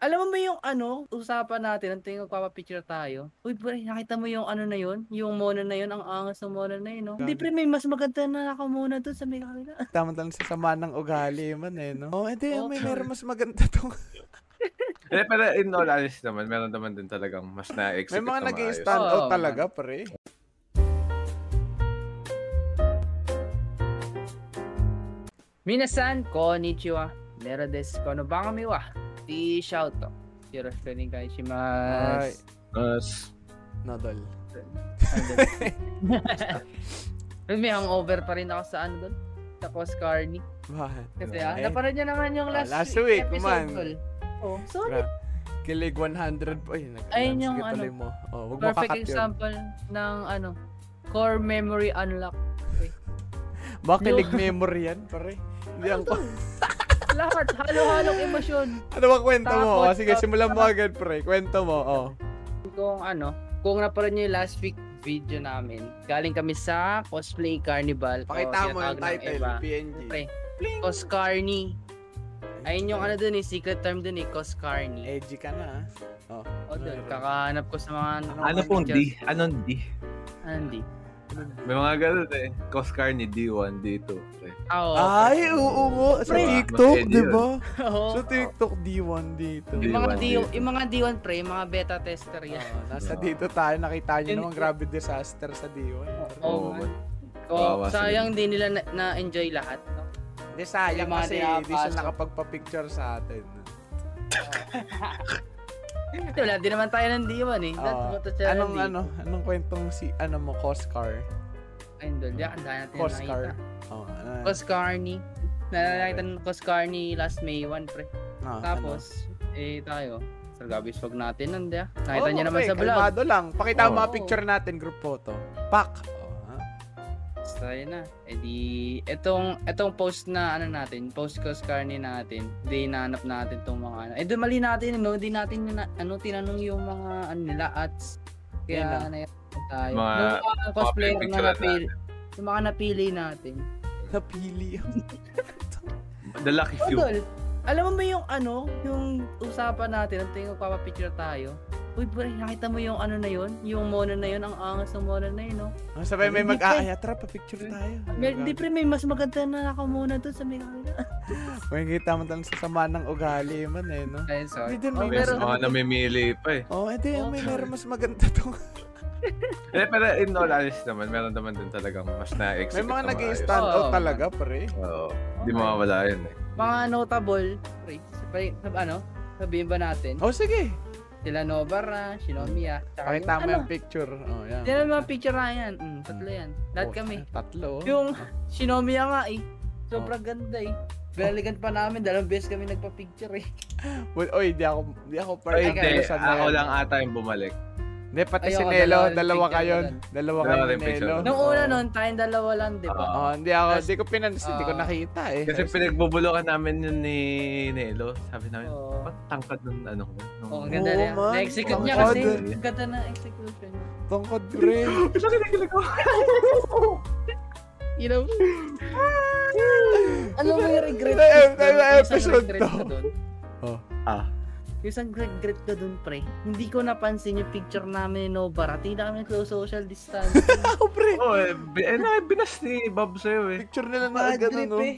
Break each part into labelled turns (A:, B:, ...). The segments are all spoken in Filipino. A: Alam mo ba yung ano, usapan natin ng tuwing magpapa-picture tayo? Uy, pre, nakita mo yung ano na yun? Yung mono na yun, ang angas ng mono na yun, no? Hindi, pre, may mas maganda na nakamuna doon sa may kanila.
B: Tama talagang sa sama ng ugali man eh, no? Oh, edi,
A: Oo,
B: may
A: tol.
B: meron mas maganda tong...
C: Eh, pero in all honesty naman, meron naman din talagang mas na-execute
B: May mga
C: na
B: nag
C: maayos.
B: stand out
A: Oo, man.
B: talaga, pre.
A: Minasan, konnichiwa. Nero desu, kono bangami wa. Peace out. Yoro shiku
B: Ay,
A: shimasu.
C: Mas-
B: nodol.
A: May hangover pa rin ako sa ano doon. Sa Coast Carney.
B: Bakit?
A: Kasi
B: Ano,
A: ah,
B: eh?
A: naparad niya naman yung
B: Oh,
A: last,
B: last week, kuman.
A: tol. Oh, so
B: Bra. Kilig 100. po- Ay, nag
A: Ayun yung
B: sige,
A: ano.
B: tuloy mo. Oh, wag mo
A: perfect
B: kakat yun.
A: example ng ano, core memory unlock.
B: Baka kilig memory yan, pre. Hindi
A: Ano
B: ang...
A: Lahat, halo-halong emosyon.
B: Ano ba kwento mo?
A: Tapos,
B: Oh, sige,
A: tapos,
B: simulan mo agad, pre. Kwento mo, oh.
A: Kung ano, kung naparad niyo yung last week video namin, galing kami sa Cosplay Carnival. o
B: Pakita
A: tinatawag
B: mo yung
A: ng
B: title,
A: iba,
B: PNG.
A: Pre, Coscarney. Ayun yung ano dun eh, secret term dun eh, Coscarney.
B: Edgy ka na, ah.
A: O
B: Oh.
A: dun, kakahanap ko sa mga... Ah,
C: Ano pong D? Anong D?
A: Andy.
C: May mga ganun eh. Coscar ni D1, D2. Eh.
A: Ah, oo.
B: Ay, oo mo. Sa
C: Pre.
B: TikTok,
C: Mas edgy
B: di ba?
A: Oo.
B: Sa TikTok, D1 dito.
A: Yung mga,
C: D1
A: D,
C: dito.
A: yung mga D1 pre, yung mga beta tester yan.
B: Oo, Oh, nasa
C: Oo.
B: dito tayo, nakita nyo
A: Yun-
B: naman grabe disaster sa D1.
A: Oo,
C: Oo,
A: man.
C: man.
A: Oh,
C: Kawawa sila.
A: sayang di nila na- na-enjoy lahat. No?
B: Hindi sayang
A: Yung mga
B: kasi
A: niyapasok.
B: hindi siya nakapagpa-picture sa atin.
A: Kasi Wala din naman tayo ng D1 eh. Lahat
B: Oo.
A: pumunta sila ng
B: Ah, anong
A: D1.
B: ano, anong kwentong si ano mo Coscar?
A: Ayun doon, di akanda natin yung
B: Coscar.
A: nakita.
B: Oh, ano,
A: Coscarney. Nakita ng Coscarney last May 1 pre.
B: ah, ano?
A: Tapos, eh tayo. Sir Gabis, wag natin nun, di ah.
B: Oo,
A: Nakita niya naman
B: pre,
A: sa vlog.
B: Oh,
A: Oh.
B: Kalmado lang. Pakita mo
C: Oo.
B: mga picture natin, group photo. Pak. Oh, ha?
A: Basta yun na. E di, etong, etong post na ano natin, post Coscarney natin, di hinanap natin tong mga ano. Eh di mali natin, no? Di natin, na, ano, tinanong yung mga ano nila, ads.
B: Yun
A: Kaya
B: lang.
A: ano yun tayo.
C: Mga-
A: Yung mga cosplayer na
C: picture
A: napili, yung mga napili natin.
B: Napili.
C: The Lucky Few.
A: Odol, Oh, alam mo ba yung ano, yung usapan natin, ang tingin picture tayo? Uy, pre, nakita mo yung ano na yun? Yung mono na yun, ang angas ng mono na yun, no?
B: Ang Ah, sabay may
A: Hindi, pre.
B: mag-aaya. Tara, pa-picture tayo.
A: Mer- Di pre, may mas maganda na nakamuna doon sa may kanila.
B: May kita mo talagang sa sama ng ugali man eh, no?
A: Ayun, sorry.
B: Hindi din may
A: Oh,
C: May
A: pero,
C: mga namimili pa eh.
B: Oh, edi,
A: Oo.
B: may meron mas maganda tong.
C: Eh, pero in all honesty naman, meron naman din talagang mas
B: May
C: na-execute
B: mga
C: na
B: nag
C: maayos.
B: stand out
A: Oo,
B: talaga, pre.
C: Oo. Di mawawala yun eh.
A: mga notable, pre, pre, sab- ano, sabihin ba natin?
B: Oh, sige.
A: Sila Novara, Shinomiya, tsaka yung,
B: Pakita mo
A: ano,
B: yung picture. Oh, yan.
A: yan ang mga picture na yan. Mm, tatlo yan. Lahat
B: Oh,
A: kami.
B: Tatlo.
A: Yung Shinomiya nga eh.
B: Oh.
A: Sobrang ganda eh. Binalikan pa namin, dalawang beses kami nagpa-picture eh.
B: Well, oy, di ako, di ako
C: Pero
B: part
A: Ay,
B: ng
C: hindi,
B: kalusan na
C: ako
B: yan.
C: lang ata yung bumalik.
B: Hindi, pati
A: Ayoko,
B: si Nelo,
A: dalawa rin
B: dalawa
A: picture
B: kayo.
A: ko dun.
B: Dalawa
C: Dalawa
B: kayo ni
C: rin picture
B: Nelo.
C: ko dun.
A: Nung
B: Oo.
A: una noon, tayong dalawa lang, di ba?
B: Oo, hindi ako,
A: Tapos-
B: di ko pinans, hindi ko
A: Oo.
B: nakita eh.
C: Kasi
B: Tapos-
C: pinagbubulokan namin yun ni Nelo. Sabi namin,
A: Oo.
C: ba't tangkad nun ano ko? Nung...
A: Oo, ang ganda
B: Oo,
A: niya.
B: man.
A: Na-execute
C: Oo,
A: niya
C: ang
A: kasi.
C: ganda.
A: Ang ganda na execution niya.
B: Tungkod, pre.
C: Bakit nagkilagawa?
A: You know? Alam mo yung Ano regret
B: Ay,
A: is
B: ay,
A: dun,
B: ay,
A: yung isang
B: episode
A: regret
B: to.
A: ko dun.
B: Oh.
C: Ah.
A: Yung isang regret ko dun, pre. Hindi ko napansin yung picture namin ni Novara. Tingnan kami close social distance.
B: Ako, pre.
C: Oo, eh, bi- eh, na, binas ni Bob sa'yo eh.
B: Picture nila na
A: Bad
B: agad,
A: trip
B: ano.
A: eh.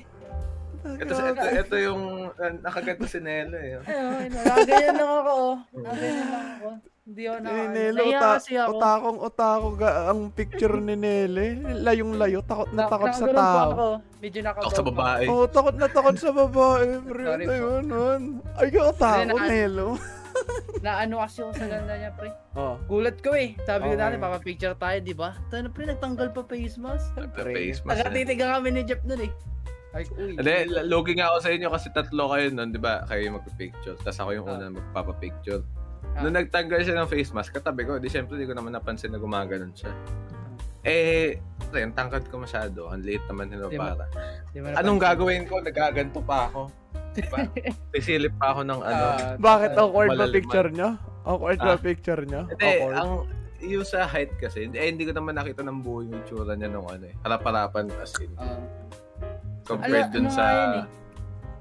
C: Ito, ito, ito yung uh, nakaganda si Nelo eh.
A: Ayun, nakaganyan lang ako. oh. Nakaganyan lang ako. Hindi ako na.
B: Ni Nelo,
A: Ano, Naiya
B: uta-
A: kasi ako.
B: utakong utako ga- ang picture ni Nele. Layong layo, takot na
A: Nak-
B: takot sa
A: nakagano'n po
B: tao.
A: ako. Medyo nakagaw
C: Ako sa
A: pa.
C: babae.
B: Oo, oh, takot na takot sa babae, pre.
A: Sorry po.
B: Ayun, man. Ay, yung utako,
A: Ayun, na-
B: Nelo.
A: Naano kasi ako sa ganda niya, pre.
B: Oh,
A: Gulat ko eh. Sabi ko
B: Okay.
A: dati, papapicture tayo, di ba? Tayo na pre, nagtanggal pa face mask.
C: Face mask. eh.
A: Tagatitiga kami ni Jeff nun eh. Ay, uy.
C: Hindi, logi nga ako sa inyo kasi tatlo kayo nun, di ba? Kayo magpipicture. Tapos ako yung
A: Ah.
C: una magpapapicture.
A: Ah.
C: Nung nagtanggal siya ng face mask, katabi ko, di syempre di ko naman napansin na gumaganon siya. Eh, pre, ang tangkad ko masyado. Ang liit naman nila
A: Di ba-
C: para.
A: Di mo
C: Anong
A: napansin?
C: gagawin ko? Nagaganto pa ako. Diba? Sisilip pa ako ng ano.
A: Ah,
B: bakit
A: ah,
B: awkward ba
C: Malalman.
B: picture nyo? Awkward ba
C: Ah.
B: picture nyo?
C: Hindi,
B: Awkward.
C: ang yung sa height kasi, eh, hindi ko naman nakita ng buhay yung itsura niya nung ano eh. Harap-harapan as in.
A: ah. Ala,
C: Compared dun
A: ano
C: sa
A: nga yun eh.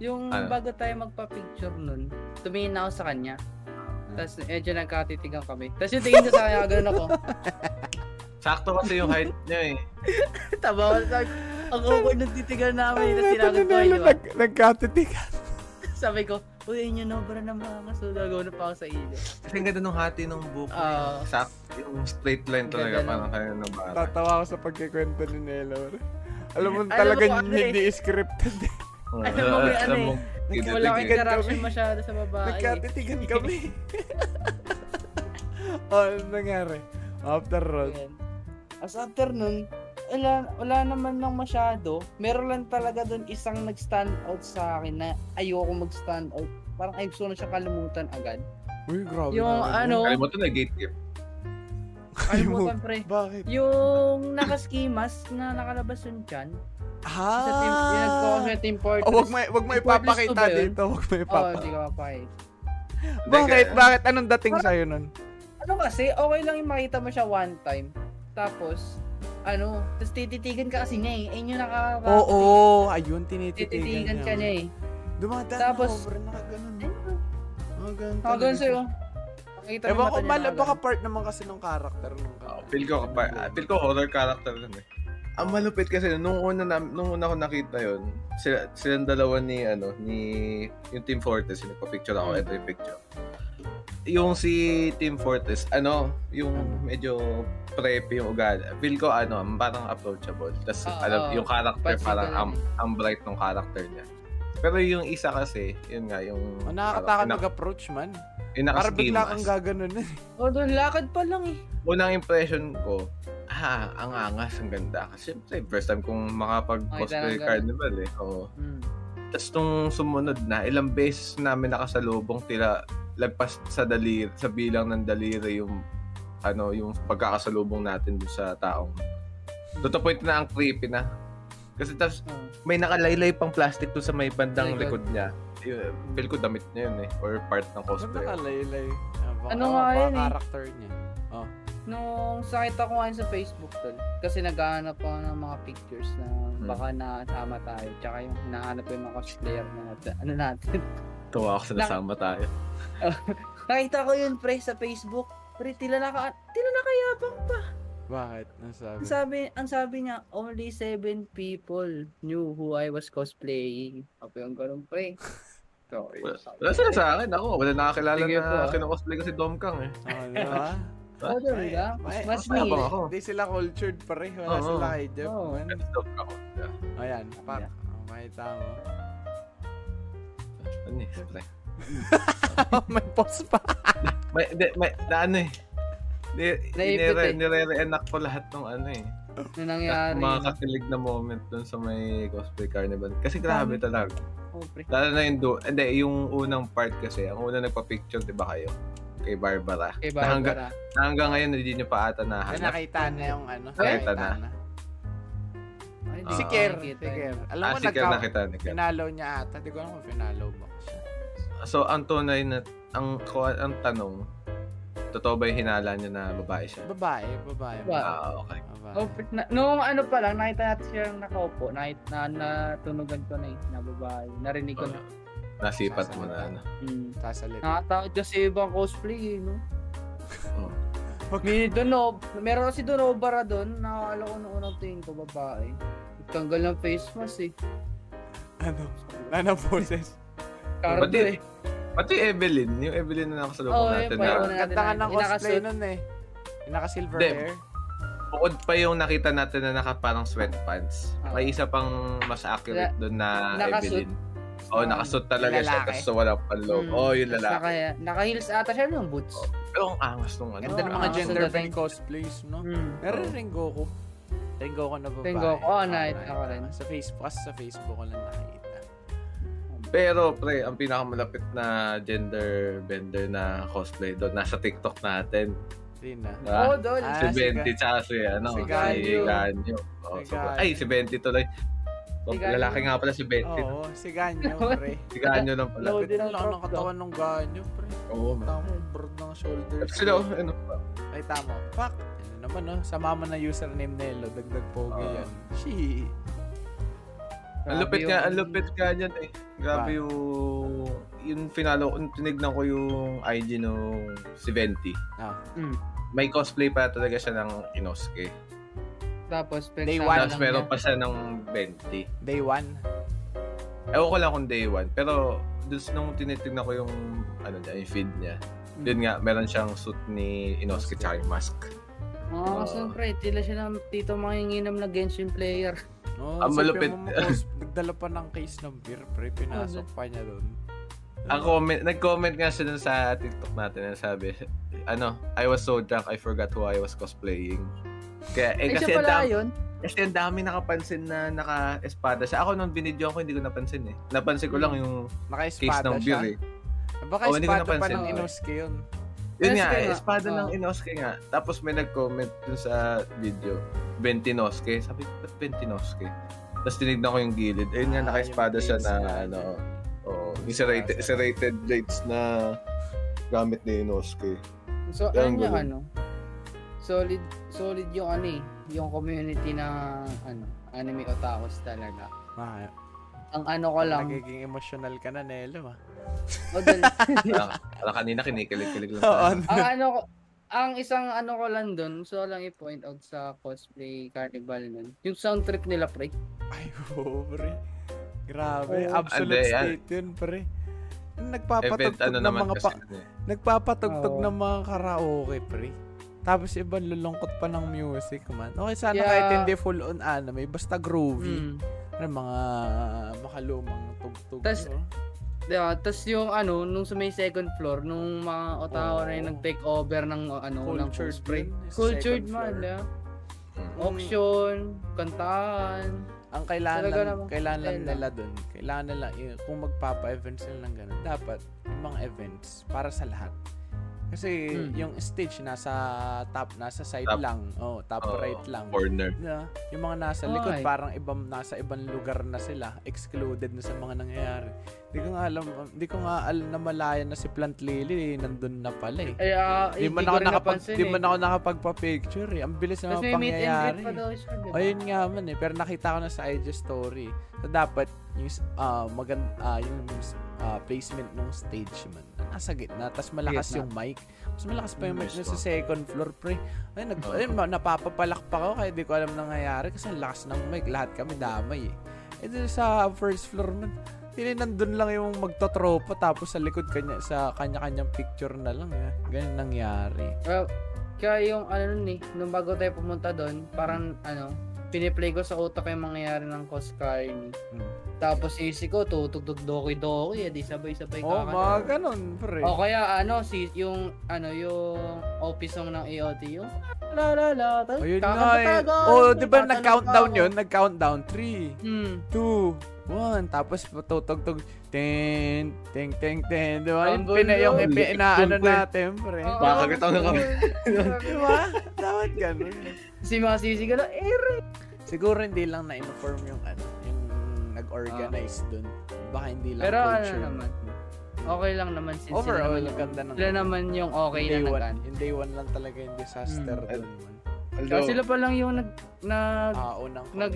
A: Yung
C: Ano?
A: bago tayo magpa-picture nun, tumingin ako sa kanya. Tapos medyo nagkatitigan kami. Tapos yung tingin niya sa kanya, ganoon ako.
C: Sakto kasi yung height niya eh.
A: Tabawa sa Ang awkward ng titigan namin. Tapos tinagot ko
B: Nelo,
A: yun.
B: nag, nagkatitik.
A: Sabi ko, uy, yun yung number ng mga kaso. Gagawin na pa ako sa ilo.
C: Kasi ang ganda nung hati ng buko.
A: Ah.
C: Sakto. Yung straight line
A: Ang
C: talaga.
A: ganda
C: Parang kaya ng bata.
B: Tatawa ako sa pagkikwento ni Nelo. Alam mo
A: Alam
B: talaga
A: mo kung ano eh.
B: hindi scripted.
C: Oh.
A: Alam mo may ano eh. Wala akong
B: Nagkawala
C: Wala
A: interaction masyado sa babae. eh.
B: Nagkatitigan kami. oh, ano nangyari? After Ross.
A: Ayan. As after nun, wala, wala naman nang masyado. Meron lang talaga dun isang nag-stand out sa akin na ayoko mag-stand out. Parang ay gusto na siya kalimutan agad.
B: Uy, grabe.
A: Yung
B: naman.
A: ano,
C: Kalimutan na gatekeep.
A: kalimutan pre.
B: Bakit?
A: Yung nakaskimas na nakalabas yung chan.
B: Ha?
A: Sa team, yung nagkuha ko sa team Fortress.
B: Oh, wag mo, wag mo
A: Yung Fortress two
B: ipapakita
A: ba yun? Oh,
B: dito. Wag mo
A: Oo, hindi
B: ipapakita.
A: ko mapakita.
B: Bakit?
C: Teka.
B: Bakit? Anong dating sa'yo nun?
A: Ano kasi, okay lang yung makita mo siya one time. Tapos, ano, tapos tititigan ka kasi niya eh. Ayun yung nakaka-
B: Oo, ayun,
A: tititigan
B: tinititigan
A: ka niya eh.
B: Dumadaan
A: Tapos-
B: ako, bro, nakaganon.
A: Ayun.
B: Nakaganon
A: Ako
B: talaga
A: ganun sa'yo. Nakita mo
B: Ewan
A: yung
B: ko,
A: mata niya
B: mal,
A: na
B: baka
A: ganun.
B: part naman kasi ng character nung
C: Oh, feel ko, pa, ah, feel ko horror character nun eh. Ang malupit kasi nung una na, nung una ko nakita yon, sila silang dalawa ni ano ni yung Team Fortress, yung nagpa-picture ako, ito yung picture. Yung si Team Fortress, ano, yung medyo preppy yung ugali. Feel ko ano, parang approachable. Tapos
A: Oo,
C: alam,
A: oo.
C: yung character
A: Pansin ko
C: parang
A: na
C: ang,
A: yun.
C: ang bright ng character niya. Pero yung isa kasi, yun nga, yung...
B: Oh, nakakatakot
C: yung,
B: mag-approach man.
C: yung
B: Para
C: naka-ski
B: bigla kang
C: mask.
B: gaganon eh.
A: Oh, doon lakad pa lang eh.
C: unang impression ko, ah, ang angas, ang ganda. Kasi syempre, first time kong
A: Ay,
C: makapag-cosplay
A: talaga.
C: carnival eh. Oo.
A: Hmm.
C: Tapos nung sumunod na, ilang beses namin nakasalubong tila lagpas sa daliri, sa bilang ng daliri yung ano, yung pagkakasalubong natin dun sa taong. To the point na ang creepy na. Kasi tapos
A: Oh.
C: may nakalaylay pang plastic dun sa may
A: My
C: bandang
A: God.
C: likod niya. Yun, Feel ko damit niya yun eh. Or part ng
B: Saan
C: cosplay.
B: Ano nakalaylay? Ah, baka-
A: Ano
B: ah,
A: nga
B: baka
A: yun eh?
B: character niya.
A: Nung sakit ako ngayon sa Facebook tol, kasi naghahanap ako ng mga pictures na
C: Hmm.
A: baka natama tayo. Tsaka yung hinahanap ko yung mga cosplayer na nat- ano natin.
C: Tuwa ako sa
A: Nak-
C: nasama tayo.
A: Nakita ko yun pre sa Facebook. Pre, tila na ka, tila na kayabang pa.
B: Bakit? Ano sabi?
A: Ang sabi, ang sabi niya, only seven people knew who I was cosplaying. Ako yung ganun pre. Sorry.
C: Wala, wala sila sa akin. Ako, wala nakakilala
A: Sige po,
C: na
A: ah.
C: kinocosplay ko si Dom Kang eh.
B: Oh, di ba?
A: Oh, there we go.
B: May-
A: Mas
C: may-
A: me.
C: Abang ako.
B: Hindi sila cultured pare. Wala
C: Oo.
B: sila kay Jeff.
A: Oo.
B: man.
C: That's Dom Kang. Yeah.
B: Oh, yan. Pak. Oh, makita mo.
C: Ano eh, siyempre.
B: May pause pa.
C: May, di, may, na ano eh. Di,
A: Naipit eh.
C: nire, nire-reenact ko lahat ng ano eh.
A: Ano nangyari?
C: Lahat ng mga kakilig na moment dun sa may cosplay carnival. Kasi grabe talaga.
A: Oh, pre.
C: Lalo na yung, do, hindi, yung unang part kasi, ang unang nagpa-picture, di ba kayo? Kay Barbara.
A: Kay
C: Na hangga-
A: Barbara.
C: Na hanggang ngayon, hindi nyo pa ata
B: Ay,
C: nahanap.
B: Ah, nakita na yung ano.
C: Nakita na.
A: Ay, di
B: Si
A: ko
B: Ker. Si
A: nakikita
B: Ker.
A: yun.
B: Alam
C: Ah,
B: mo,
C: si Kel
B: nagka-
C: nakita ni Kel.
B: Pinalo niya ata. Hindi ko alam kung pinalo ba ko siya.
C: So, ang tunay na, ang, ang tanong, totoo ba yung hinala niya na babae siya?
B: Babae, babae.
A: Babae.
C: Ah, okay.
B: Babae.
A: Oh, pre- na, noong ano pa lang, nakita natin siya nakaupo. Na, na, natunugan ko na eh, na babae. Narinig ko na.
C: Ah. Nasipat mo na ano.
A: Mm.
B: Sasalit.
A: Nakatakot kasi yung ibang cosplay eh, no?
C: Oo.
B: Wag-
A: May Dunob, meron kasi Dunobara doon, nakakala ko noong unang tingin ko babae. Tanggal ng face mask eh.
B: Ano? Ano boses?
A: Karo
C: Ba't
A: eh.
C: di- Pati Evelyn, yung Evelyn na nakasalubong
A: Oo,
C: natin
A: yun pa
C: na
A: yun.
B: Ganda ka ng
A: Yung
B: cosplay
A: nakasuit.
B: nun eh. Yung naka-silver
C: Hindi.
B: hair.
C: bukod pa yung nakita natin na naka parang sweatpants.
A: Oo.
C: May isa pang mas accurate doon na
A: nakasuit. Ah,
C: Evelyn. Oo, oh, nakasuit talaga
B: Yung
C: siya
B: lalaki.
C: tapos walang panloob.
A: Mm,
C: Oo, oh, yung
A: tas
C: lalaki.
A: Naka, naka-heels ata siya ng boots.
C: Pero ang angas nung ano.
B: Ganda ng mga
A: nakasuit
B: gender
A: na
B: bend
A: rin.
B: cosplays,
C: Oh.
B: no?
A: Mm.
B: Meron rin Goku. Rin Goku na babae.
A: Goku, oh, na-
B: nakita
A: ako rin.
B: ko. Sa Facebook, kasi sa Facebook ko lang nakita.
C: Pero pre, ang pinakamalapit na gender bender na cosplay doon, nasa TikTok natin.
B: Rina.
A: Oo,
C: Ah,
A: doon.
B: Ah,
C: si
B: si
C: Benti
B: Ga-
C: tsaka si, ano,
B: si
C: si
A: Ganyo.
C: Ganyo. Oo,
B: Si
C: sobra-
B: Ganyo.
C: Ay, si Benti tuloy. Oh,
A: Si Ganyo.
C: Lalaki nga pala si Benti.
B: Oo, si Ganyo, pre.
C: Si Ganyo lang pala.
A: Loaded
B: Ang
A: ang
B: laki ng
A: crop top.
B: katawan ng Ganyo, pre.
C: Oo, man.
B: Tama, bird ng shoulders.
C: Tapos sila, ano pa?
B: Ay, tama. Fuck. Ano naman, no? Sama mo na username na yun, lo. Dagdag pogi
C: Oo.
B: yan. Shit.
C: Ang lupit nga, ang lupit nga niyan eh.
B: Ba?
C: Grabe yung yung finalo, yung tinignan ko yung IG nung si Venti.
B: Ah.
A: Mm.
C: May cosplay pa talaga siya ng Inosuke.
A: Tapos,
B: Day
A: pinagsama
B: one.
A: lang
C: Tapos meron
A: niya.
C: pa siya ng 20.
B: Day one.
C: Ewan ko lang kung day 1. Pero dun nung tinitignan ko yung, ano niya, yung feed niya.
B: Hmm.
C: Yun nga, meron siyang suit ni Inosuke tsaka yung mask.
A: Oo, Oh,
C: Oo.
A: siyempre, tila sila tito manginginom na Genshin player.
B: Oh, isipin
C: Ang Ah, malupit.
B: mo, makos- nagdala pa ng case ng beer, pre. Pinasok pa niya doon.
C: Ang comment, nag-comment nga siya dun sa TikTok natin. Ang sabi, ano, I was so drunk, I forgot who I was cosplaying. Kaya, eh,
A: Eh,
C: kasi
A: siya
C: ang
A: pala
C: dami,
A: yun.
C: kasi ang dami nakapansin na naka-espada siya. Ako nung binidyo ko, hindi ko napansin eh. Napansin
A: Hmm.
C: ko lang yung case
B: Naka-espada
C: ng
B: siya. Ah,
C: beer eh.
B: Baka
C: Oh, hindi ko
B: espada pa
C: napansin,
B: ng
C: oh.
B: Inosuke yun.
A: Yes,
C: Yun nga,
A: kaya
C: eh,
A: nga.
C: espada
A: Oo.
C: ng Inosuke nga. Tapos may nag-comment dun sa video, Bentinosuke. Sabi ko, ba't Bentinosuke? Tapos tinignan ko yung gilid. Ayun nga,
B: Ah,
C: naka-espada
B: yung
C: siya
B: blades
C: na,
B: na-
C: ano, oh, yung serrated, serrated blades na gamit ni Inosuke.
A: So, ano
C: Kaya
A: yung
C: ang gulo.
A: ano? Solid, solid yung ano eh. Yung community na, ano, anime otakus talaga.
B: Ah,
A: Ang ano ko lang,
B: nagiging emotional ka na, Nelo. ah.
A: model,
C: Alam, kanina kinikilig-kilig lang.
B: Oo.
C: tayo.
A: ang ano ko, ang isang ano ko lang dun, so lang i-point out sa cosplay carnival nun, yung sound trip nila, pre.
B: Ay, oo, pre. Grabe.
A: Oo.
B: Absolute
C: Ande,
B: state yun, pre. Nagpapatugtog
C: ah. Event, ano
B: ng
C: naman
B: mga
C: kasi.
B: pa-
C: yun eh.
B: Nagpapatugtog
A: Oo.
B: ng mga karaoke, pre. Tapos iba lulungkot pa ng music, man. Okay, sana
A: Kaya-
B: kahit hindi full on anime, basta groovy.
A: Mm.
B: Ano, mga makalumang tugtog.
A: Tas-
B: no?
A: Diba? Tapos yung ano, nung sa may second floor, nung mga otawa na
B: Oo.
C: Oh.
A: yung nag-take over ng ano, ng
B: Cultured
A: cosplay.
B: yun, yung
A: Cultured
B: second
A: man,
B: floor.
A: diba?
C: Mm.
A: Auction, kantahan.
B: Ang kailangan
A: Talaga
B: lang,
A: namang
B: kailangan lang
A: Nutella.
B: nila dun, kailangan nila, eh, kung magpapa-events nila ng ganun, dapat yung mga events para sa lahat. Kasi
A: Mm.
B: yung stage nasa top, nasa side
C: Top.
B: lang. Oh, top
C: Oo,
B: right lang.
C: Corner.
B: na yung mga nasa likod
A: Ay.
B: parang ibang nasa ibang lugar na sila excluded na sa mga nangyayari hindi ko nga alam hindi ko nga alam na malaya na si Plant Lily eh, nandun na pala eh
A: Ay, ah,
B: di
A: hindi
B: man
A: ko
B: ako
A: rin
B: nakapag
A: napansin
B: di
A: eh.
B: man ako nakapagpa-picture eh ang bilis
A: Tapos may
B: naman
A: meet and greet
B: pangyayari eh.
A: pa daw siya, diba?
B: ayun nga man eh pero nakita ko na sa IG story so dapat yung ah magan ah, yung ah, placement ng stage man nasa gitna tas malakas
A: Gitna.
B: yung mic mas malakas pa yung mic
C: Mismo.
B: nasa second floor pre ay, nag,
A: Oh.
C: Oo.
B: ay, ma- napapapalakpak ako kaya di ko alam nangyayari kasi ang lakas ng mic. Lahat kami damay eh. Eh dun sa first floor man, hindi nandun lang yung magtotropa tapos sa likod kanya, sa kanya-kanyang picture na lang. Eh. Ganun nangyari.
A: Well, kaya yung ano nun eh, nung bago tayo pumunta doon, parang ano, piniplay ko sa utak yung mangyayari ng Coscarni.
B: Mm.
A: Tapos isip ko, tutugtog doki-doki, eh, di sabay-sabay
B: Oh,
A: kakanta.
B: mga ganun, pre.
A: O kaya ano, si, yung ano, yung office song ng AOT, yung la la la, tapos
B: Oh, yun nga
A: kakanta
B: eh.
A: tayo,
B: Oh, di ba
A: kakanta
B: nag-countdown
A: tayo.
B: yun? Nag-countdown. 3,
A: Hmm.
B: 2, 1. Tapos tutugtog. Ting, ting, ting, ting. Di ba? Yung
A: Ang
B: pina, yung
A: gulo.
B: ipi- inaano
C: Siyempre.
B: natin, pre.
A: Oo,
C: Makakagitaw na kami.
B: Di ba? Dapat ganun.
A: si mga sisigalo, eh,
B: Siguro hindi lang na-inform yung ano, yung nag-organize dun. Baka hindi lang
A: Ah, Pero ano
B: culture.
A: naman, okay lang naman since
B: Overall,
A: sila naman, yung-
B: ganda ng
A: sila naman yung okay
B: day
A: na
B: one,
A: nagan.
B: Yung day one lang talaga yung disaster
A: Hmm.
B: dun. Man.
A: Kasi sila pa lang yung nag, nag,
B: Ah, unang
A: nag,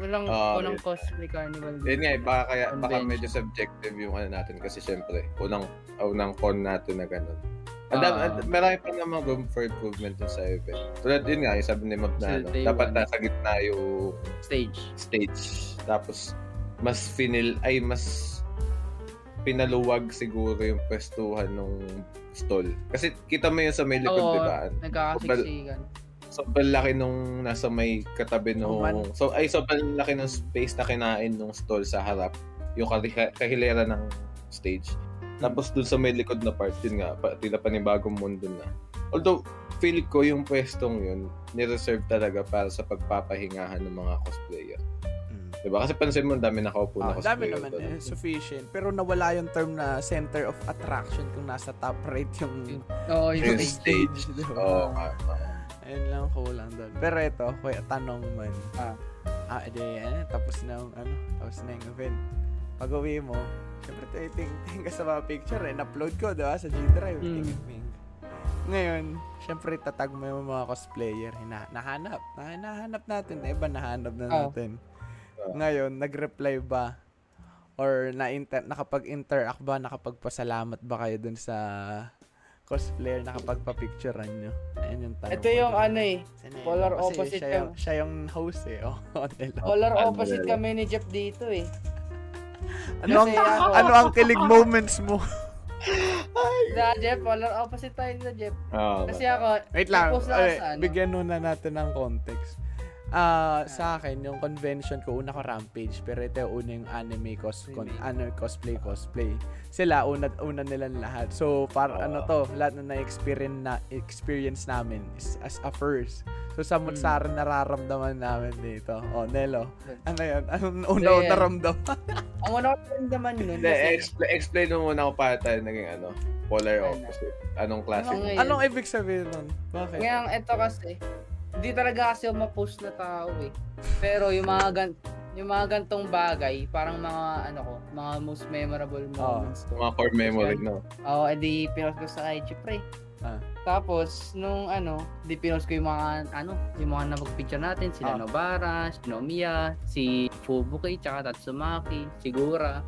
A: walang,
C: Ah,
A: walang
C: yun.
A: cosplay carnival.
C: Yun nga, eh, baka, kaya, baka
A: Convention.
C: medyo subjective yung ano natin kasi syempre, unang, unang con natin na ganun. And
A: Ah.
C: uh, marami pa namang room for improvement dun sa event. Tulad yun nga, yung sabi ni Mab
A: Sa
C: na, ano,
A: day
C: dapat
A: one.
C: nasa gitna yung
A: Stage.
C: stage. Tapos, mas finil, ay mas pinaluwag siguro yung pwestuhan ng stall. Kasi kita mo yun sa may likod, diba?
A: Oo.
C: di ba?
A: Nagkakasiksikan.
C: Sobrang laki nung nasa may katabi nung...
B: Human.
C: so, ay, sobrang laki ng space na kinain nung stall sa harap. Yung kahi- kahilera ng stage. Tapos dun sa may likod na part, yun nga, pa, tila panibagong mundo na. Although, feel ko yung pwestong yun, nireserve talaga para sa pagpapahingahan ng mga cosplayer.
B: Mm.
C: Diba? Kasi pansin mo, ang dami nakaupo
B: Ah,
C: na
B: dami
C: cosplayer.
B: naman
C: doon.
B: eh, sufficient. Pero nawala yung term na center of attraction kung nasa top right yung
A: Oo, yung
C: Yung
A: stage.
C: stage.
B: diba?
C: Oo, nga, nga.
B: Ayun lang kulang doon. Pero ito, kuya, tanong man.
A: Ah.
B: Ah, edi, eh, tapos na yung, ano, tapos na yung event. Pag uwi mo, syempre, ting, ting ka sa mga picture, eh, upload ko, diba, sa G-Drive,
A: Mm.
B: ting, ting. Ngayon, syempre, tatag mo yung mga cosplayer, hina, Eh, nahanap, na, nahanap natin, na iba nahanap na
A: Ah.
B: natin. Ngayon, nag-reply ba? Or na nakapag-interact ba? Nakapagpasalamat ba kayo dun sa cosplayer? Nakapagpa-picturean nyo? Ayan yung tanong.
A: Ito
B: ko
A: yung
B: dun.
A: ano eh,
B: Sino yun?
A: polar
B: Kasi
A: opposite
B: Siya yung,
A: kami.
B: siya yung host eh. Oh, nila.
A: polar
C: Ano
A: opposite
C: yun?
A: kami ni Jeff dito eh.
B: ano, ang,
A: Kasi ako-
B: ano ang kilig moments mo?
A: Na Jeff, polar opposite tayo na Jeff.
C: Oo.
A: Kasi ako,
B: Wait lang.
A: Tapos na
B: Okay,
A: sa ano?
B: bigyan muna natin ng context. Ah, sa akin yung convention ko una ko Rampage pero ito yung una yung anime cos con,
A: Remake.
B: ano cosplay cosplay. Sila una una nilang lahat. So para
C: Oo.
B: ano to, lahat na na-experience na experience namin is as a first. So sa
A: Mm.
B: sa nararamdaman namin dito. Oh, Nelo. Ano yun? Anong una
A: So,
B: so,
A: yan.
B: naramdaman?
A: ang una ko naman nun.
C: Hindi, eh,
A: kasi-
C: expl- explain mo muna ako para tayo naging ano, polar
A: Ano?
C: opposite. Anong klase?
A: Ano
C: mo?
A: nga yun?
B: Anong ibig sabihin nun? Bakit?
A: Ngayon, ito kasi, hindi talaga kasi ako ma-post na tao eh. Pero yung mga gan yung mga gantong bagay, parang mga ano ko, mga most memorable
B: Oo.
A: moments ko.
C: Mga core memory, no?
A: Oo, edi pinost ko sa IG pre.
B: Ah.
A: Tapos, nung ano, di pinost ko yung mga, ano, yung mga napag-picture natin, sila
B: Ah.
A: Nobara, si Nomiya, si Fubuki, tsaka Tatsumaki, Sigura.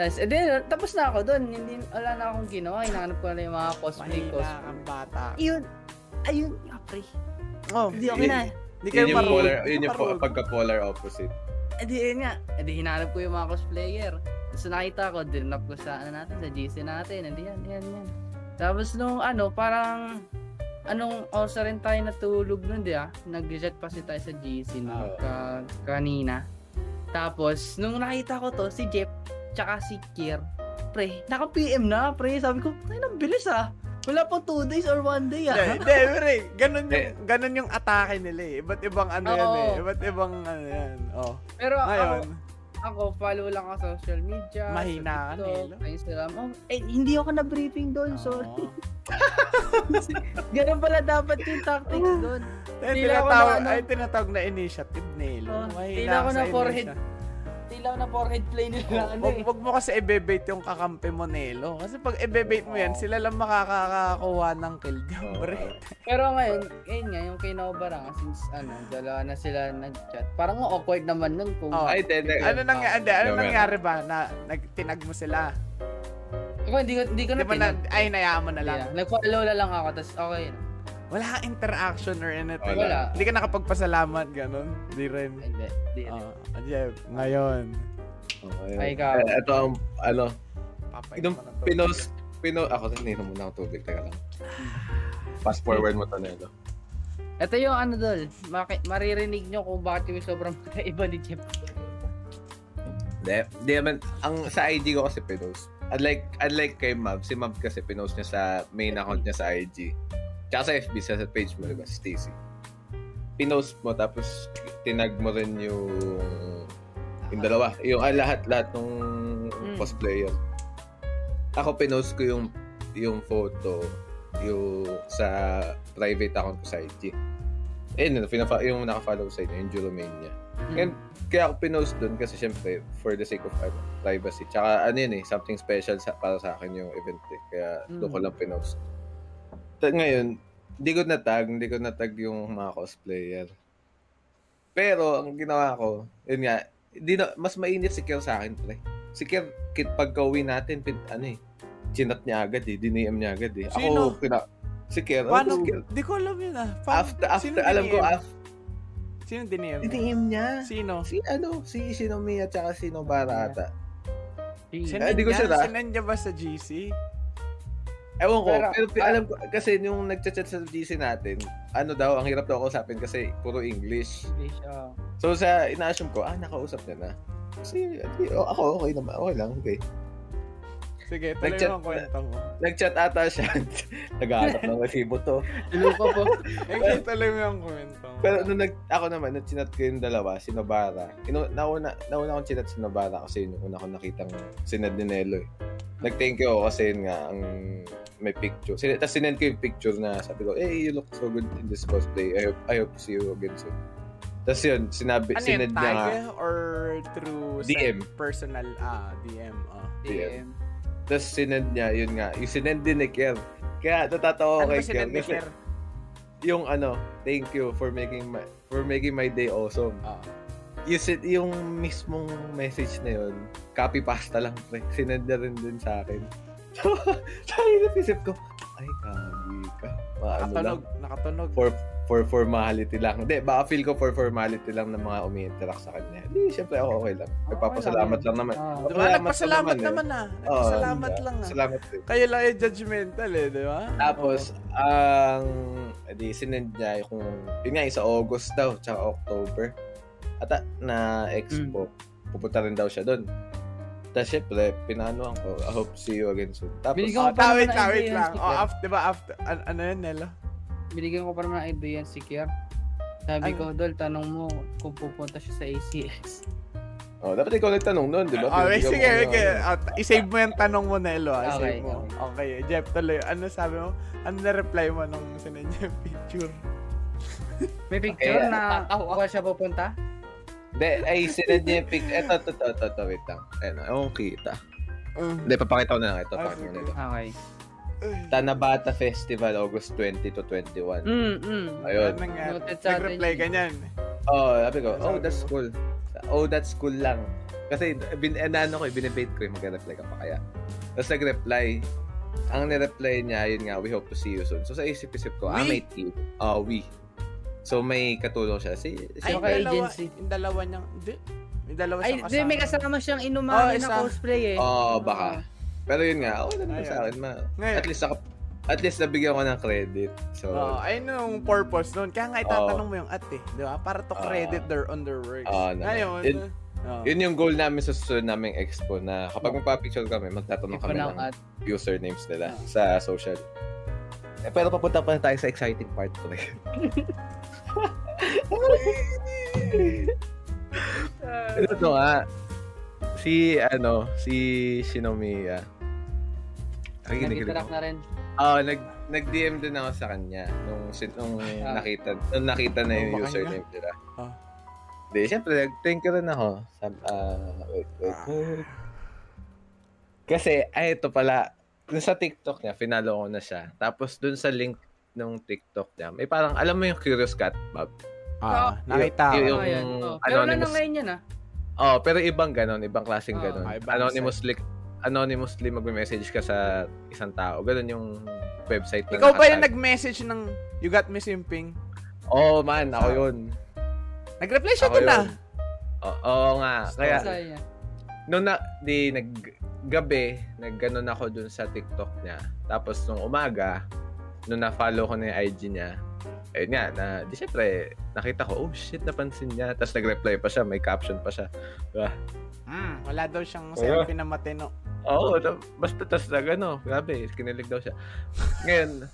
A: Tapos, edi, tapos na ako doon. Hindi, wala na akong ginawa. Hinahanap ko na yung mga cosplay
B: Mahina
A: cosplay.
B: ang bata.
A: Ayun, ayun, ah, pre.
B: Oh,
A: Hindi ako
C: Yun-
A: na.
B: hindi kayo
C: Yun yung
B: marunong.
C: polar,
B: Hindi
C: yun yung po,
B: marunong.
C: pagka-polar opposite.
A: Edi, Eh, yun nga. Edi, hinanap ko yung mga cosplayer. Tapos nakita ko, dinap ko sa, ano natin, sa GC natin. Edi, yan, yan, yan. Tapos nung, ano, parang, anong osa rin tayo natulog nun, di ah? Nag-reset pa si tayo sa GC
C: Ah.
A: no, ka, kanina. Tapos, nung nakita ko to, si Jeff, tsaka si Kier, pre, naka-PM na, pre. Sabi ko, tayo nang bilis ah. Wala pa 2 days or 1 day
B: Hindi,
A: ah.
B: Hindi, pre. Ganun yung,
C: Eh.
B: ganun yung atake nila eh. Iba't ibang ano yan eh.
A: Oo.
B: Iba't ibang ano yan. Oh.
A: Pero ako,
B: Ngayon,
A: ako, follow lang ako sa social media.
B: Mahina ka,
A: sa TikTok,
B: Nelo.
A: Sa Instagram. Oh, eh, hindi ako na-briefing doon,
B: Ah.
A: sorry. Ganun pala dapat yung tactics
C: Ah.
A: doon.
B: Ay,
A: Tila ko
B: tinatawag,
A: na ano.
B: ay, tinatawag na initiative nilo.
A: Oh, tila
B: Mahina
A: ko
B: sa
A: na
B: initiative.
A: forehead. Tila na forehead play nila. ano
B: Oh, Wag,
A: eh.
B: wag mo kasi ibebait yung kakampi mo nilo. Kasi pag ibebait mo yan, sila lang makakakuha ng kill. Diyan,
C: Oo.
B: pre.
A: Pero ngayon, ngayon nga, yung kay Nobara, nga, since ano, dalawa na sila nag-chat, parang ang awkward naman nun kung...
B: Oh.
C: Ay, tete.
B: Ano nangyari, hindi, ano
C: Joke lang.
B: nangyari ba na nagtinag mo sila?
A: Diba, hindi ko, hindi ko
B: Di
A: na
B: ba na,
A: tinanong.
B: ay, nayaan mo na lang.
A: Yeah. Nag-follow na lang ako, tapos okay na.
B: Wala kang interaction or anything.
C: Wala.
B: Hindi ka nakapagpasalamat, ganun. Hindi rin.
A: Hindi, hindi. rin.
B: Ah, Jeff, ngayon.
C: Okay.
A: Ay, ikaw.
C: Eh, Ito ang, ano,
B: Papait
C: Nung
B: mo na to.
C: pinos, pino, ako, tininom muna ako tubig, teka lang. Fast forward mo to, Nelo.
A: Ito yung ano dol, maki- maririnig nyo kung bakit yung sobrang magkaiba ni Jeff.
C: Hindi, hindi naman. Ang sa IG ko kasi pinost. Unlike, unlike kay Mab, si Mab kasi pinost niya sa main account niya sa IG. Tsaka sa FB, sa sa page mo, diba, si Stacy. Pinost mo, tapos tinag mo rin yung, yung dalawa. Yung ah, lahat, lahat ng
A: Mm.
C: cosplay yun. Ako pinost ko yung, yung photo yung sa private account ko sa IG. Eh, yun, pinafa- yung nakafollow sa inyo, yung Juromain niya.
A: Hmm.
C: And kaya ako pinost dun kasi syempre for the sake of ano, privacy. Tsaka ano yun eh, something special sa, para sa akin yung event eh. Kaya doon
B: Hmm.
C: ko
A: Mm.
C: lang pinost. Ta- ngayon, hindi ko natag, hindi ko natag yung mga cosplayer. Pero ang ginawa ko, yun nga, hindi na, mas mainit si Kier sa akin pre. Si Kier, kit pagka-uwi natin, pin, ano eh, chinat niya agad eh, dinayam niya agad eh.
B: Sino?
C: Ako, pina, si Kier. ano
B: Paano?
C: si Kier?
B: Di ko alam yun ah. Paano-
C: After, after,
B: sino
C: alam ko,
B: diniem?
C: after,
B: Sino diniem?
C: dinayam niya.
B: Sino?
C: Si ano, si Shinomiya tsaka si Nobara ata.
A: Jeez.
C: Eh, di ko
B: Sinandya?
C: sila.
B: Sinandya ba sa GC?
C: Ewan ko,
A: Pero-
C: pero, pero alam ko, kasi yung nagchat-chat sa GC natin, ano daw, ang hirap daw kausapin kasi puro English.
A: English, oh.
C: So sa, ina-assume ko, ah, nakausap niya na. Kasi, di- oh, ako, okay naman, okay lang, okay.
B: Sige, tuloy
C: Nag-chat-
B: mo ang kwento mo.
C: Nag-chat ata siya, nag-ahanap ng resibo to.
A: Tulo pa po.
B: Sige, tuloy mo ang kwento mo.
C: Pero nung nag, ako naman, nung chinat ko yung dalawa, si Nobara, ino, nauna, nauna kong chinat si Nobara kasi yun yung una kong nakitang sinad ni Nelo eh. Nag-thank you ako kasi yun nga, ang may picture. Sin- Tapos sinend ko yung picture na sabi ko, hey, you look so good in this cosplay. I hope, I hope to see you again soon. Tapos yun, sinabi,
B: Ano yun,
C: sinend niya
B: tag
C: nga.
B: or through sa
C: DM.
B: personal ah, DM? ah.
C: Yeah.
A: DM.
C: Tapos sinend niya, yun nga, yung sinend din ni Kev. Kaya
B: Ano
C: natatawa ko
B: ba
C: kay Kev.
B: sinandya,
C: Kasi
B: sir?
C: yung ano, thank you for making my for making my day awesome.
B: Ah.
C: yung, si- yung mismong message na yun, copy pasta lang, pre. Sinend na rin din sa akin. So, tayo na isip ko, ay, kagi ka. Maano lang,
B: Nakatunog, nakatunog.
C: for, for formality lang. Hindi, baka feel ko for formality lang ng mga umi-interact sa kanya. Hindi, syempre ako Ah, okay lang. Nagpapasalamat lang naman.
A: Ah.
B: Diba,
C: Salamat
B: nagpasalamat naman,
C: naman eh.
B: ah.
C: Oo,
B: Nagpasalamat
C: diba?
B: lang ah.
C: Salamat din.
B: Kayo lang yung judgmental eh, di ba?
C: Tapos, ang edi sinend niya yung yun nga, yung sa August daw, tsaka October. At ah, na
B: Hmm.
C: expo, pupunta rin daw siya doon. Tapos syempre, pinanoan ko, I hope see you again soon. Tapos,
A: Binigyan
B: Oh,
A: ko pa naman
B: wait lang,
A: ng
B: wait
A: idea
B: lang.
A: yan,
B: Oh,
A: Kier.
B: after, diba, after, an- ano yun, Nelo?
A: Binigyan ko pa naman ng idea yan si Kier. Sabi
B: Ano?
A: ko, Dol, tanong mo kung pupunta siya sa ACS.
C: oh, dapat ikaw nagtanong noon, di ba?
B: Oh, wait,
C: Binigyan
B: sige,
C: mo na-
B: sige. Oh, t- isave mo yung tanong mo, Nelo. Ah. Isave
A: Okay,
B: mo. Okay. Jeff, tuloy. Ano sabi mo? Ano na-reply mo nung sinend niya yung picture?
A: May picture na
C: Kaya-
A: kung siya pupunta?
C: Hindi, ay, sinend niya yung pic. Eto, eto, eto, eto, eto, wait lang. Ayun, ewan kita. Hindi, papakita ko na lang ito.
B: Ah,
C: Papakita ko na
B: sige.
C: lang.
A: Okay.
C: Tanabata Festival, August 20 to 21.
B: Hmm.
A: Mm, mm.
C: Ayun.
B: Ano nga?
A: Noted sa atin
B: Nag-reply
A: yun.
B: ka niyan.
C: Oh, sabi ko,
B: Sabi
C: oh, that's
B: mo.
C: cool. Oh, that's cool lang. Kasi, bin, eh, ano ko, eh, binibate ko yung mag-reply ka pa kaya. Tapos nag-reply. Ang nireply niya, yun nga, we hope to see you soon. So, sa isip-isip ko, ah,
B: We?
C: may team. Oh, we. So, may katulong siya. Si, si
A: Ay,
B: yung
A: okay,
B: dalawa,
A: agency.
B: Yung dalawa niyang, hindi. Yung dalawa
A: Ay,
B: siyang
A: di, may kasama siyang
B: Oh,
A: inumahan na
B: isa.
A: cosplay eh.
C: oh, baka. Pero yun nga, oh, ano naman
B: Ayun.
C: sa akin, ma.
B: Ngayon.
C: At least, ako, at least nabigyan ko ng credit. So,
B: Oh, ayun yung purpose nun. Kaya nga
C: Oh.
B: itatanong mo yung ate, di ba? Para to
C: Oo.
B: credit their on their works.
C: Oo naman.
B: Ngayon,
C: Ah. Yun-
B: oh.
C: yun yung goal namin sa susunod naming expo na kapag magpa-picture kami, magtatanong kami
A: Ipanang
C: ng
A: at
C: usernames nila sa social. Eh, pero papunta pa tayo sa exciting part ko eh. Ito nga, si ano, si Shinomiya. Nakikinig
A: nag-interact
C: ako.
A: na rin.
C: Oo, Ah, nag, nag-DM din ako sa kanya nung, sin- nung
A: Ah.
C: nakita, nung nakita na yung
B: Oh, baka
C: username nila.
B: Ah.
C: Hindi, syempre, nag-thank you rin ako. Sab, ah, wait, wait,
B: Ah.
C: wait. Kasi, ay, ito pala. Dun sa TikTok niya, finalo ko na siya. Tapos, dun sa link ng TikTok niya, may parang, alam mo yung Curious Cat, Bob?
B: Ah,
C: Yun-
B: nakita ko.
C: yun
A: Yung,
C: yung
A: oh. Pero wala na
C: anonymous-
A: ngayon yan ah.
C: Oh, pero ibang ganon, ibang klaseng
A: Oo.
C: ganon.
B: Ah, ibang
C: Anonymously, anonymously magme-message ka sa isang tao. Ganon yung website na
B: Ikaw ba yung
C: nakatag.
B: nag-message ng You Got Me Simping?
C: Oh, man, ako
B: Sa-
C: yun.
B: Nag-reply siya
C: Ako
B: doon ah.
C: yun. O- Oo nga. Kaya,
A: Sa iya.
C: nung na, di, nag, gabi, nagganon ako dun sa TikTok niya. Tapos, nung umaga, nung na-follow ko na yung IG niya, ayun nga, na, di syempre, nakita ko, oh shit, napansin niya. Tapos nag-reply pa siya, may caption pa siya.
B: Mm, wala daw siyang
C: Wala.
B: selfie na matino.
C: Oo, oh, basta tas na gano. Grabe, kinilig daw siya. Ngayon,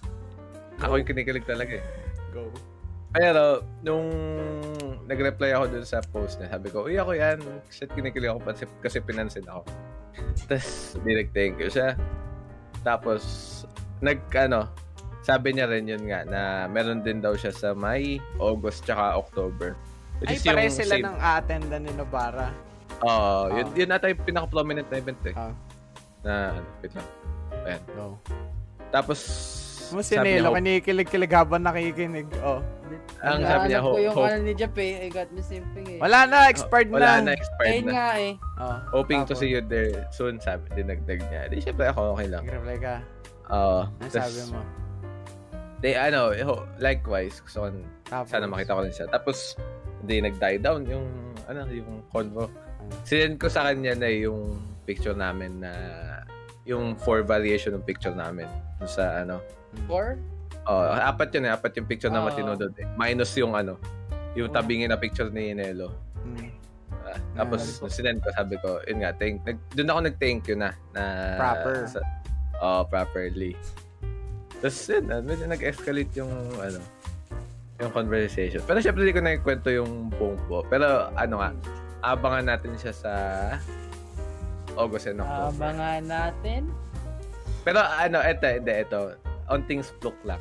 C: ako yung kinikilig talaga eh.
B: Go.
C: Pero, nung nag-reply ako dun sa post niya, sabi ko, uy, ako yan. Shit, kinikilig ako pansin, kasi pinansin ako. Tapos, direct thank you siya. Tapos, nag, ano, sabi niya rin yun nga na meron din daw siya sa May, August, tsaka October. Which
B: Ay,
C: is
B: pare
C: yung
B: sila
C: same-
B: ng attendan ni Nobara.
C: Oo, yun,
B: Ah.
C: yun ata yung pinaka-prominent na event eh.
B: Ah.
C: Na, ano, wait lang.
B: Go.
C: Tapos,
B: Mo si
C: sabi niya,
B: Nelo,
C: "Hope-
B: kinikilig-kilig habang nakikinig. Oh.
C: ang sabi
A: Nahanap
C: niya,
A: ko
C: hope,
A: yung
C: hope,
A: ano ni Jeff eh. I got me simping eh.
B: Wala na, expired
C: Oh, wala na,
B: na.
C: expired
A: Ayun
C: na.
A: nga eh.
B: Oh,
C: Hoping to
B: Tapos?
C: see you there soon, sabi, dinagdag niya. Di, syempre ako okay lang.
B: nag-reply ka.
C: Oo.
B: Ano
C: Tas,
B: sabi mo?
C: Di, ano, eh, ho- likewise, gusto ko,
B: Tapos,
C: sana makita ko din siya. Tapos, di, nag-die down yung, ano, yung convo. Sinend ko sa kanya na yung picture namin na, yung four variation ng picture namin. Dun Sa, ano,
A: Or?
C: oh, apat yun eh, apat yung picture na
B: Ah.
A: Oo.
C: matino doon eh. Minus yung, ano, yung
B: Una.
C: tabingin na picture ni Nelo.
B: Mm,
C: Ah, tapos
B: sabi ko.
C: nung sinend ko, sabi ko, yun nga, thank, nag, doon ako nag-thank you na. na
B: Proper.
C: sa- Oo, properly. Tapos yun, ah, medyo nag-escalate yung, ano, yung conversation. Pero syempre, hindi ko na ikwento yung buong po. Pero ano nga, abangan natin siya sa August and October.
A: Abangan natin.
C: Pero ano, eto, hindi, eto. On things look lang.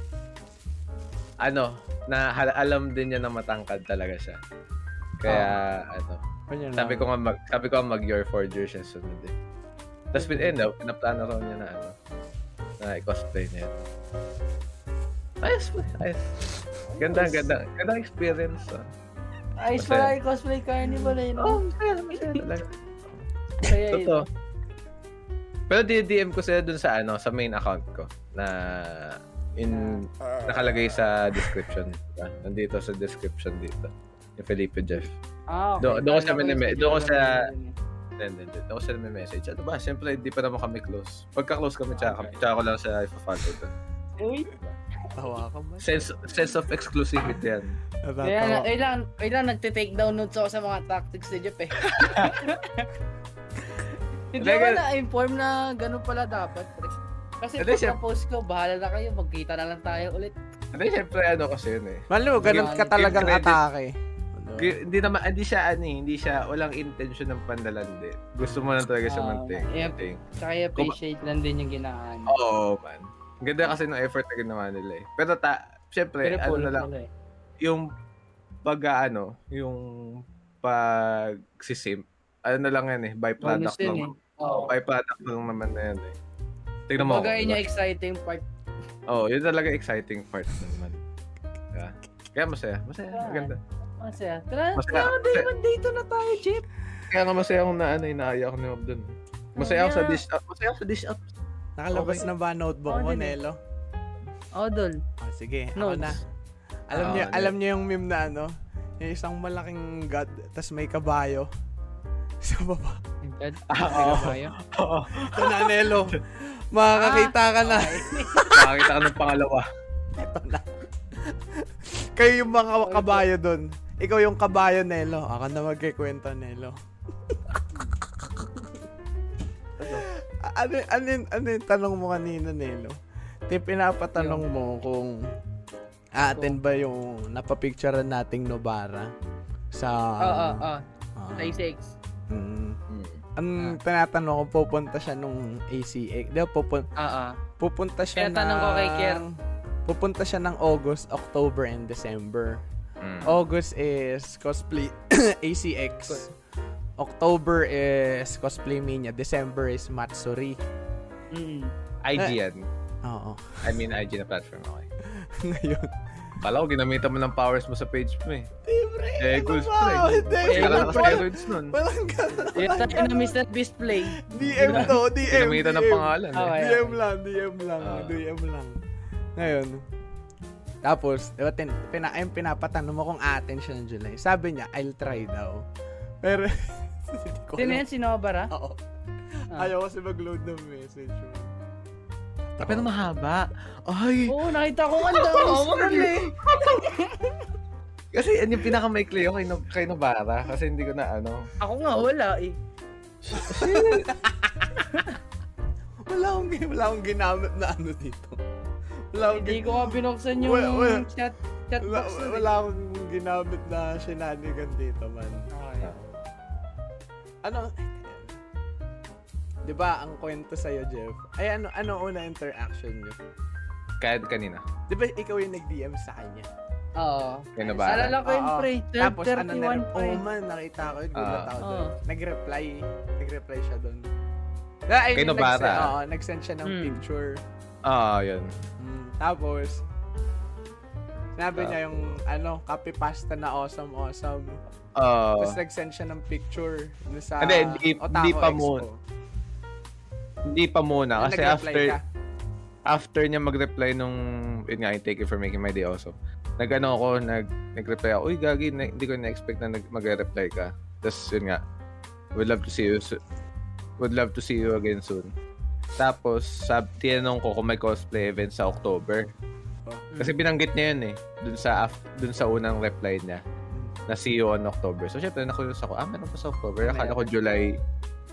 C: Ano, na hal- alam din niya na matangkad talaga siya. Kaya, ano,
B: yun ah? lang.
C: sabi ko nga mag sabi ko nga mag year for duration sunod eh. Tapos pin end up, pinaplano raw niya na ano na i-cosplay na yun. Ayos po, ayos. Ganda, ganda. Ganda experience. ah.
D: Ayos
C: Kasi-
D: pala yung cosplay carnival eh, no?
C: masaya, masaya talaga.
D: Kaya yun.
C: Oh. Totoo. Pero di-DM ko sila dun sa ano, sa main account ko na in nakalagay sa description. Ah, Nandito sa description dito. Yung Felipe Jeff.
A: Ah,
C: Do-
A: okay.
C: doon ko siya
A: Kala ko
C: minime-
A: yung
C: doon ko siya-
A: yun eh.
C: Then, then, then. Ako sila may message. Ano ba? Siyempre, hindi pa naman kami close. Pagka-close kami, tsaka,
A: Okay.
C: tsaka ko lang siya ipa-follow dun.
A: Uy,
B: Tawa ka man.
C: Sense, sense of exclusivity yan.
A: kaya,
B: Natatawa
C: eh.
B: ka.
A: kailan, kailan nagte-take down notes ako sa mga tactics ni Jeff eh. Hindi ako
C: Teka.
A: na-inform na ganun pala dapat. pre. Kasi
C: Hindi,
A: pag
C: siya-
A: post ko, bahala na kayo, magkita na lang tayo ulit.
C: Hindi, siyempre, ano kasi yun eh.
B: Malo, ganun ka talagang
C: Give credit.
B: atake. Ano?
C: G- hindi naman, hindi siya ano eh, hindi siya, walang intention ng pandalande. Gusto mo lang talaga siya
A: Ah,
C: manting.
A: yep.
C: manting.
A: Tsaka appreciate lang din yung ginaan.
C: Oo, man. Ang Ganda kasi ng effort na ginawa nila eh. Pero ta, syempre,
A: Pero
C: ano
A: full
C: na lang,
A: pala eh.
C: yung pag ano, yung pag sisimp, ano na lang yan eh, byproduct
A: Bonus yun eh.
C: lang.
A: Oo.
C: Byproduct lang naman na yan eh. Oh, Tignan mo.
A: Kumbaga
C: ako,
A: yun
C: diba?
A: yung exciting part.
C: Oo, oh, yun talaga exciting part na naman. Kaya, kaya masaya, masaya,
A: Saan?
C: maganda.
A: Masaya. Tara,
C: Masaya.
A: tara, Diamond dito na tayo, Jeff.
C: Kaya nga masaya akong na ano, inaaya ako ni Rob dun. Masaya ako sa dish out, masaya ako sa dish out.
B: Nakalabas
C: Okay.
B: na ba ang notebook
A: Oo,
B: mo,
A: din eh.
B: Nelo?
A: Odol.
B: Ah, sige, ako
A: Notes.
B: na. Alam
C: Oo,
B: niyo,
C: ano?
B: alam niyo yung meme na ano? Yung isang malaking god, tas may kabayo. Sa baba.
A: God.
C: oo.
A: Tayo.
C: Oo.
B: Ito na, Nelo. Makakakita ka na.
C: Pakakita ka ng pangalawa.
B: Ito na. Kayo yung mga kabayo doon. Ikaw yung kabayo, Nelo. Ako na magkikwento, Nelo. A- ano, ano, yun- ano yung tanong mo kanina, Nelo? Di pinapatanong mo kung atin ba yung napapicturean nating Nobara sa...
A: Oo, oo.
B: ah,
A: Tay 6.
B: mm.
C: Mm.
B: ang tinatanong ko, pupunta siya nung ACA. Di ba, pupun-
A: Oo.
B: pupunta siya
A: Tinatanong ko kay Kier.
B: ng- Pupunta siya ng August, October, and December.
C: Mm.
B: August is cosplay ACX. October is cosplay mania. December is Matsuri.
A: Mm.
C: IG yan.
B: Oo.
C: I mean, IG na platform. Okay.
B: Ngayon.
C: Kala ko ginamitan mo ng powers mo sa page mo eh.
B: Libre!
C: Eh,
B: ano
C: cool
B: ba?
C: spray. Eh,
B: Hindi.
C: Kala ka
B: Walang
C: sa steroids nun.
B: walang ganun.
A: Yung tayo
C: ano?
A: na Mr. Display.
B: DM to. DM.
C: Ginamitan ng
B: DM.
C: pangalan eh.
A: Okay.
B: DM lang. DM lang.
C: Ah.
B: DM lang. Ngayon. Tapos, di ba, tin, pina, ayun, pinapatanong mo kung atin siya ng July. Sabi niya, I'll try daw. Pero, hindi ko
C: ano?
A: Sino yan?
B: alam.
A: Si Nobara?
B: Oo.
A: Ah.
B: Ayaw kasi mag-load ng message mo.
C: Pero mahaba. Ay!
A: Oo, nakita ko ang dami. eh.
C: Oo,
B: eh.
C: magaling. Kasi yan yung pinakamaikli yung kay, No- kay Nobara. Kasi hindi ko na ano.
A: Ako nga, wala eh.
B: Wala akong, gi- wala akong ginamit na ano dito. Wala akong,
A: Hindi
B: gi-
A: ko nga binuksan yung
B: Wala, wala.
A: chat, chat
B: wala,
A: box. nun eh.
B: wala akong ginamit na shenanigan dito, man.
A: Okay.
B: Ano? 'Di ba ang kwento sa'yo, Jeff? Ay, ano, ano una interaction niyo?
C: Kahit kanina.
B: Di ba ikaw yung nag-DM sa kanya?
A: Oo.
C: Kay Nobara.
A: Alala ko yung
B: Oo.
A: pre.
B: Tapos ano na rin,
A: 31 pre.
B: oh man, nakita ko yun, gulat
C: Ah.
B: ako
A: Oo.
B: doon. Nag-reply, nag-reply siya doon. Na, ay,
C: Kay
B: nag-
C: Nobara.
B: Oo, nag-send siya ng
A: Hmm.
B: picture.
C: Ah, yun.
B: Mm, tapos, sinabi
C: Tapos.
B: niya yung, ano, copy pasta na awesome, awesome.
C: Ah,
B: Tapos nag-send siya ng picture dun sa
C: Hindi, hindi-
B: Otaku
C: hindi pa
B: Expo.
C: muna. hindi pa muna. Kasi
B: Nag-reply
C: after,
B: ka.
C: after niya mag-reply nung, yun nga, I thank you for making my day also. Nag-ano ako, nag, nag-reply ako, uy, Gagi, na, hindi ko na-expect na nag- mag-reply ka. Tapos, yun nga, would love to see you, so- would love to see you again soon. Tapos, sab tinanong ko kung may cosplay event sa October.
B: Oh, hmm.
C: Kasi
B: Mm.
C: binanggit niya yun eh, dun sa, af- dun sa unang reply niya, na see you on October. So, syempre, nakurious ako, ah, meron pa sa October? Akala ko July,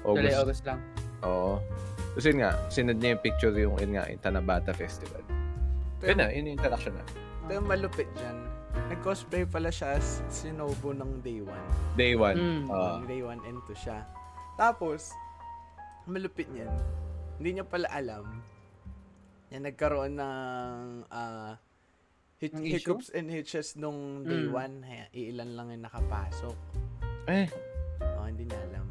C: August.
A: July, August lang.
C: Oo. Tapos yun nga, sinad niya yung picture yung, yun nga, yung Tanabata Festival. Yun na, yun yung interaction na.
B: Ito yung malupit dyan. Nag-cosplay pala siya as Sinobo ng day one.
C: Day one.
A: Mm.
C: Ah.
B: Ng day one and two siya. Tapos, ang malupit niyan. Hindi niya pala alam na nagkaroon ng ah, hit-
A: Ng issue?
B: hiccups and hitches nung
A: Mm.
B: day one. Kaya iilan lang yung nakapasok.
C: Eh,
B: Oh, hindi niya alam.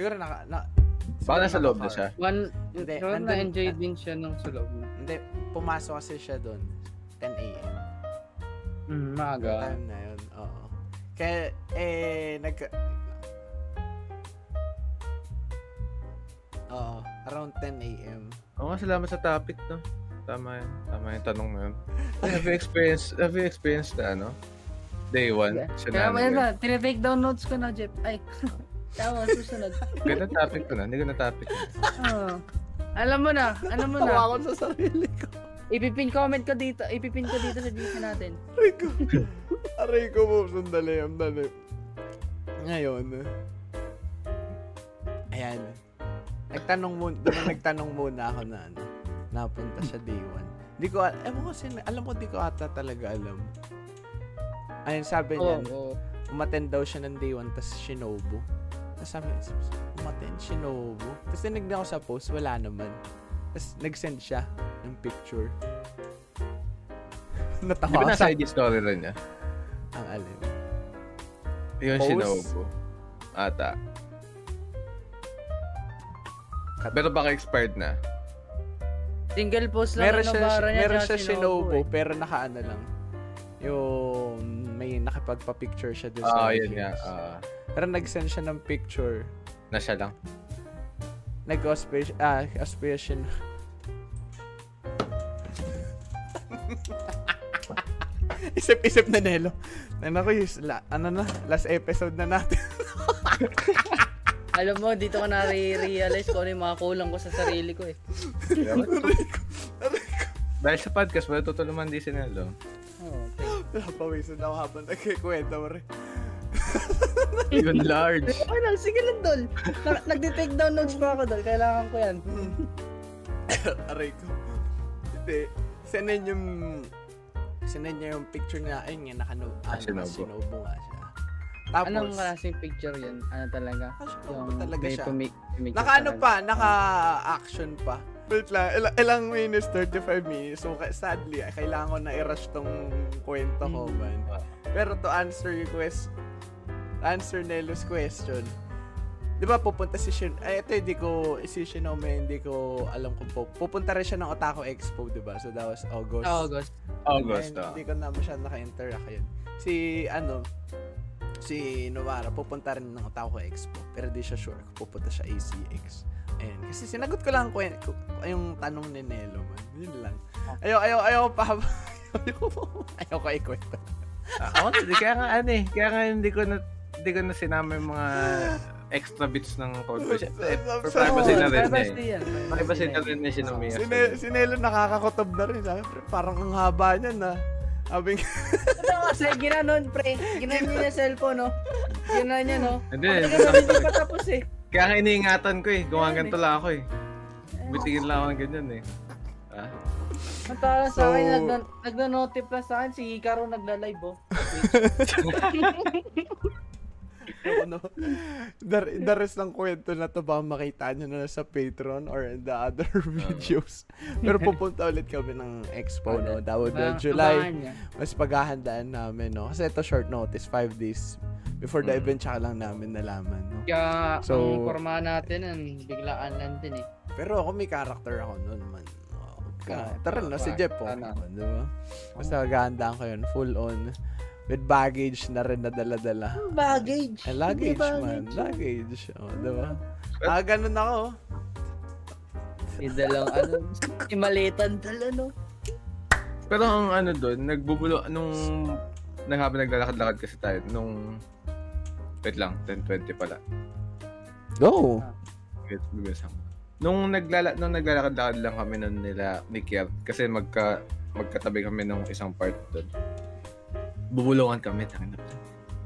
B: Siguro naka... Na,
C: baka
B: siguro
C: nasa loob na
B: naka-car.
C: siya.
A: One,
B: Hindi,
A: siguro
B: nandun-
A: na-enjoy din siya nung sa loob na.
B: Hindi, pumasok kasi siya doon. 10 a.m.
A: Mm, maaga.
B: Diba? Time na yun, oo. Kaya, eh, nag... Oo, around 10 a.m.
C: Oo nga, salamat sa topic, no? Tama yun. Tama yung tanong mo yun. have you experienced, have you experienced na, ano? Day one,
A: Yeah. Kaya ba yun
C: shenanigans.
A: ba? Tinitake down notes ko na, Jeff. Ay, tama, susunod.
C: Ganda topic ko na, hindi ko na topic.
A: Oo. Alam mo na, alam mo na.
B: Tawa ko sa sarili ko.
A: Ipipin comment ko dito, ipipin ko dito sa video natin.
B: Aray ko. Aray ko, Bob. Sandali, sandali. Ngayon. Ayan. Nagtanong muna, doon na nagtanong muna ako na ano. Napunta siya day one. Di ko, al- ewan ko sin- alam ko di ko ata talaga alam. Ayun, sabi
A: Oo,
B: niya,
A: oo.
B: umaten daw siya ng day one, tas Shinobu. Tapos sabi niya, umaten, Shinobu. Tapos tinignan ko sa post, wala naman. Tapos nag-send siya ng picture.
C: Di ba
B: Natawa
C: nasa ID story rin niya?
B: ang alin.
C: Yung
B: Post?
C: Shinobu. Ata. Pero baka expired na.
A: Single post lang
B: Meron
A: ang
B: siya,
A: nabara niya,
B: meron
A: tsaka
B: siya
A: Shinobu,
B: Shinobu,
A: eh.
B: pero nakaano lang. Yung may nakipagpa-picture siya doon
C: Oo,
B: sa
C: yun nga.
B: Philippines.
C: ah,
B: Pero nag-send siya ng picture.
C: na siya lang.
B: Nag-cosplay siya- ah, cosplay siya. ng- Isip-isip na Nelo. Ano ko, yus- la, ano na, last episode na natin.
A: Alam mo, dito ko nare-realize kung ano yung mga kulang ko sa sarili ko eh.
C: Dahil sa podcast, wala tutulungan di si Nelo.
B: Oh,
A: Oo, okay.
B: Napawisan ako habang nagkikwento mo rin.
C: Yun large.
A: Okay lang, sige lang, Dol. Na- Nagdi-take down notes pa ako, Dol. Kailangan ko yan.
B: Hmm. Aray ko. Hindi. Sinan yung... Sinan niya yung picture niya. Ayun nga, nakano...
C: Ah,
B: Ano,
C: sinobo.
B: sinobo. nga siya. Tapos...
A: Anong klaseng picture yun? Ano talaga?
B: Ah, sinobo talaga
A: may
B: siya.
A: pumi- pumicture
B: Naka ano
A: talaga.
B: pa, naka action pa. Wait lang, ilang, ilang minutes, 35 minutes. So, ka- sadly, ay, kailangan ko na i-rush tong kwento ko, man. Pero to answer your quest, answer Nelo's question, di ba pupunta si Shin, ay ito hindi ko, si Shinome, hindi ko alam kung po, pupunta rin siya ng Otaku Expo, di ba? So that was August.
A: Oo, Ghost.
C: August,
B: Ayun,
C: ah.
B: Hindi ko na masyadong naka-interact yun. Si, ano, si Novara, pupunta rin ng Otaku Expo. Pero di siya sure kung pupunta siya ACX. Ayun. Kasi sinagot ko lang ang kwen- ku- yung tanong ni Nelo, man. Yun lang. Ayaw, ayaw, ayaw pa. ayaw, ayaw ko ikwento.
C: Ah, Ako, hindi, kaya nga ano eh, kaya nga hindi ko na, hindi ko na sinama yung mga extra bits ng podcast. Eh, for privacy na rin niya eh.
A: yan.
C: Privacy na rin niya sinumiyak.
B: Si, ne- si Nelo nakakakutob na rin. Sabi, "Pre, parang ang haba niya na. Sabi nga,
A: Ano kasi, ginanon, pre. Ginanon niya yung cellphone, no? Ginanon niya, no?
C: Hindi,
A: Ang
C: hindi
A: tagal namin
C: naman-
A: hindi patapos eh.
C: Kaya nga iniingatan ko eh, gumaganto lang ako eh. Bitigin lang ako ng ganyan eh. Ah,
A: Ang tala sa akin,
B: So-
A: nagno- nagno-notif lang sa akin, si Hikaru nagla-live, oh.
B: ano, the, the rest ng kwento na to baka makita nyo na sa Patreon or in the other videos. Pero pupunta ulit kami ng expo, no? That would be
A: Abang- abangan
B: July.
A: Ah, niya.
B: Mas paghahandaan namin, no? Kasi ito short notice, five days before the
C: Mm.
B: event, tsaka lang namin nalaman, no?
A: Kaya,
B: So-
A: ang forma natin, ang biglaan lang din eh.
B: Pero ako may character ako noon man. Oh,
A: Ah,
B: Tara na
A: ah,
B: si Jeff po.
A: tama.
B: Di ba? Mas nagagandaan ko yun. Full on. With baggage na rin na dala-dala.
A: Baggage.
B: Eh, luggage man. Luggage. Oh, di ba? Ah, ganun ako.
A: Yung dalawang, ano, imalitan tala, no?
C: Pero ang ano doon, nagbubulo, nung naghabi naglalakad-lakad kasi tayo, nung, wait lang, 10.20 pala.
B: Go!
C: Wait, bibilis ako. Nung, naglala, nung naglalakad-lakad lang kami nun nila ni Kier, kasi magka, magkatabi kami nung isang part doon. Bubulungan kami, tangin na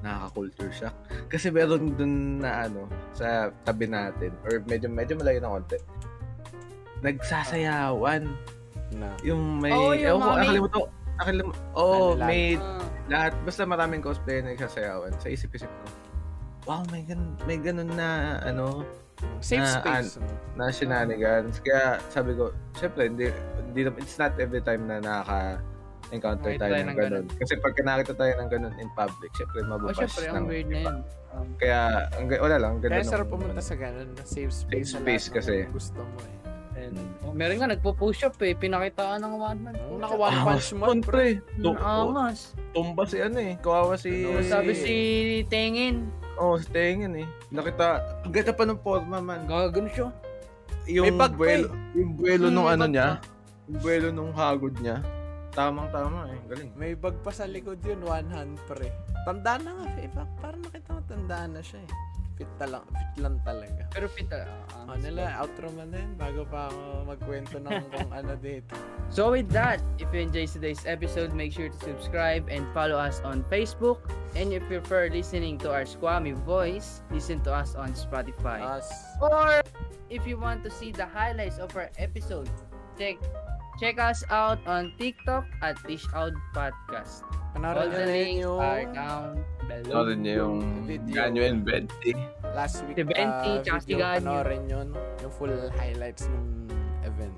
C: nakaka-culture shock. Kasi meron doon na ano, sa tabi natin, or medyo, medyo malayo na konti, nagsasayawan.
B: Na.
C: Yung may...
A: Oo,
C: Oh,
A: yung mga
C: yung
A: may-
C: Nakalimutan ko. Nakalim- Oo,
B: Ano lang.
C: may
A: Ah.
C: lahat. Basta maraming cosplay na nagsasayawan. Sa isip-isip ko. Wow, may, gan- may ganun na, ano,
B: Safe
C: Ah,
B: space.
C: na shenanigans. Kaya sabi ko, syempre, hindi, hindi, na- it's not every time na nakaka encounter
A: Nakita
C: tayo
A: tayo
C: ng
A: ng
C: ganun. Kasi pagka nakita tayo ng ganun in public, syempre,
A: Oh,
C: mabubash
A: syempre, ang
C: ng-
A: weird na yun. Um,
C: Kaya, ang, ga- wala lang, ang ganda
B: Kaya
C: nung-
B: sarap pumunta sa ganun. na Safe space.
C: Safe
B: sa lahat
C: space
B: ng
C: kasi.
B: Gusto mo eh.
A: eh, Ayun. Oh, meron nga, nagpo-push up eh. Pinakitaan ng one man.
B: Oh, naka one punch man,
C: Man,
B: pre.
C: pre. Tum-
A: Angas.
C: tumba si ano eh. Kawawa si...
B: Ano,
A: Sabi si Tengin.
C: Oo, oh, si Tengen eh. Nakita... Ang ganda pa ng forma man.
A: Gagan siya.
B: May
C: Yung
B: bag pa
C: buwelo, yung buwelo
A: Hmm,
C: nung
A: may
C: ano
A: bag
C: niya. Yung buwelo nung hagod niya. Tamang-tama eh. Galing.
B: May bag pa sa likod yun, one hand pre. Tanda na nga, eh, pa- parang nakita ko tanda na siya eh. Fit, talang, fit lang talaga.
A: Pero pita. ah,
B: Ano nila, outro man din bago pa ako magkwento ng kung ano dito.
A: So with that, if you enjoyed today's episode, make sure to subscribe and follow us on Facebook. And if you prefer listening to our squammy voice, listen to us on Spotify.
B: As,
A: or if you want to see the highlights of our episode, check check us out on TikTok at Dish Out Podcast. All
B: panoorin nyo
A: the
B: rin
A: links
B: yung
A: are down below.
C: Ano rin niya yung
B: Video.
C: Ganyo and Betty.
B: last week
A: Si Benty,
B: ah,
A: tsaka si
B: video.
A: Ganyo.
B: Panoorin yun, yung full highlights ng event.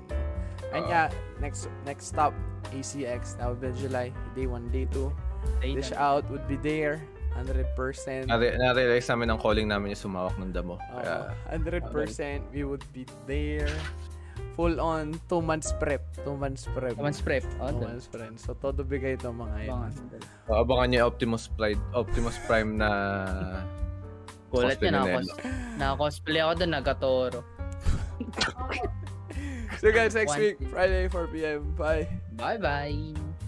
B: And
C: Oo.
B: yeah, next next stop, ACX. That would be July, day 1, day 2. Dish out would be there, 100%.
C: Nare- Narealize namin ang calling namin yung sumawak ng damo.
B: Oo,
C: Kaya,
B: 100% we would be there. Full on, 2 months prep. 2 months prep.
A: Once prep. Oh,
B: Two
A: dun.
B: months prep. So, todo bigay ito mga yun.
A: Abangan.
C: abangan niyo yung Optimus Prime, Optimus Prime na
A: Kulat
C: cosplay
A: niya
C: ni
A: na
C: Nelo.
A: Naka-cosplay ako doon, nagatoro.
B: So guys, next
A: One
B: week,
A: thing.
B: Friday, 4 p.m. Bye.
A: Bye-bye!